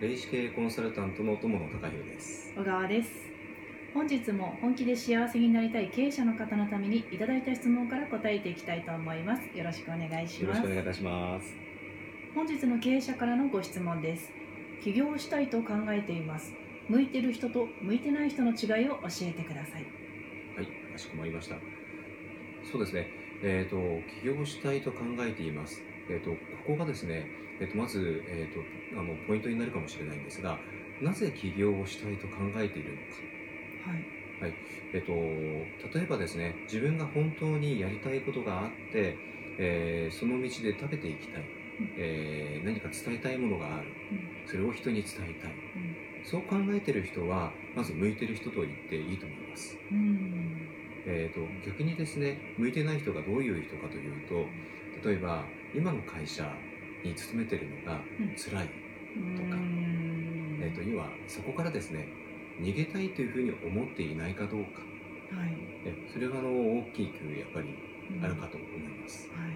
霊視経営コンサルタントの友野隆弘です小川です本日も本気で幸せになりたい経営者の方のためにいただいた質問から答えていきたいと思いますよろしくお願いしよろましすくお願いいたします本日の経営者からのご質問です起業したいと考えています向いてる人と向いてない人の違いを教えてくださいはいかしこまりましたそうですねえっ、と起業したいと考えていますえっ、とここがですねえっ、とまずえっ、とあのポイントになるかもしれないんですがなぜ起業をしたいと考えているのかはいえっと、例えばですね自分が本当にやりたいことがあって、えーその道で食べていきたい、うんえー何か伝えたいものがあるうんそれを人に伝えたい、そう考えてる人はまず向いてる人と言っていいと思います、うんえー、と逆にですね向いてない人がどういう人かというと例えば今の会社に勤めてるのがうん辛い、うんえー、と要はそこからですね逃げたいというふうに思っていないかどうかはいえそれがあの大きくやっぱりあるかと思います。はい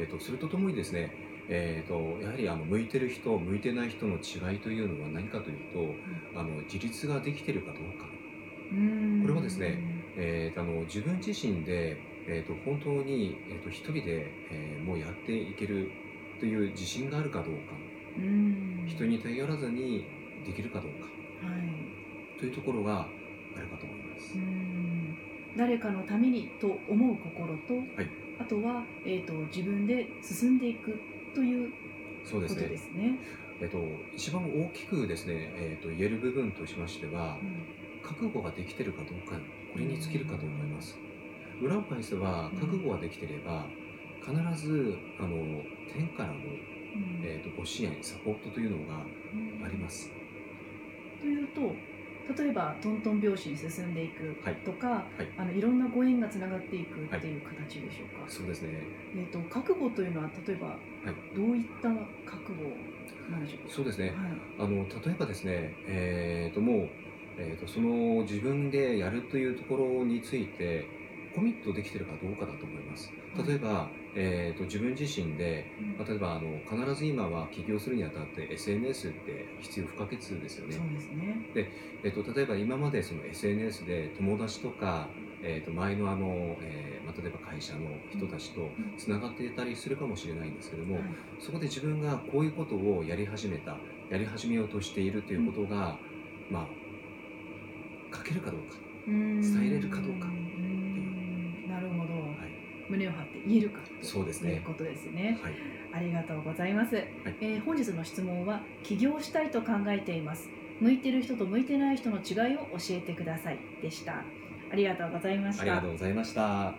えっと、それとともにですね、えっとやはりあの向いてる人向いてない人の違いというのは何かというとあの自立ができてるかどうか、うんこれはですねえっとあの自分自身で、えっと本当に、えっと一人で、えーもうやっていけるという自信があるかどうかうん人に頼らずにできるかどうかはいというところがあるかと思います。うん誰かのためにと思う心と、いあとは、えー、と自分で進んでいくというそうでこすとねで、すね。えっと一番大きくですね、えっと言える部分としましては、うん覚悟ができてるかどうかこれに尽きるかと思います裏を返せば覚悟ができてれば必ずあの天からの、うんえー、とご支援サポートというのがうんありますというと例えばトントン拍子に進んでいくはいとか、はいいあのいろんなご縁がつながっていくっていう形でしょうか、そうですねえー、と覚悟というのは例えばどういった覚悟なんでしょうかそうですねはいあの例えばですねえー、ともう、えー、とその自分でやるというところについてコミットできてるかどうかだと思います例えば、えー、と自分自身でうん例えばあの必ず今は起業するにあたって SNS って必要不可欠ですよねそうですね。えっと、例えば今までその SNS で友達とか、えっと、前のあの、えーまあ、例えば会社の人たちとんつながっていたりするかもしれないんですけども、はいそこで自分がこういうことをやり始めたやり始めようとしているということが、まあ書けるかどうか、伝えれるかどうかなるほいど、胸を張って言えるかとそうですねいうことですねはい、ありがとうございます、えー本日の質問は起業したいと考えています向いてる人と向いてない人の違いを教えてくださいでしたありがとうございましありがたとうございました。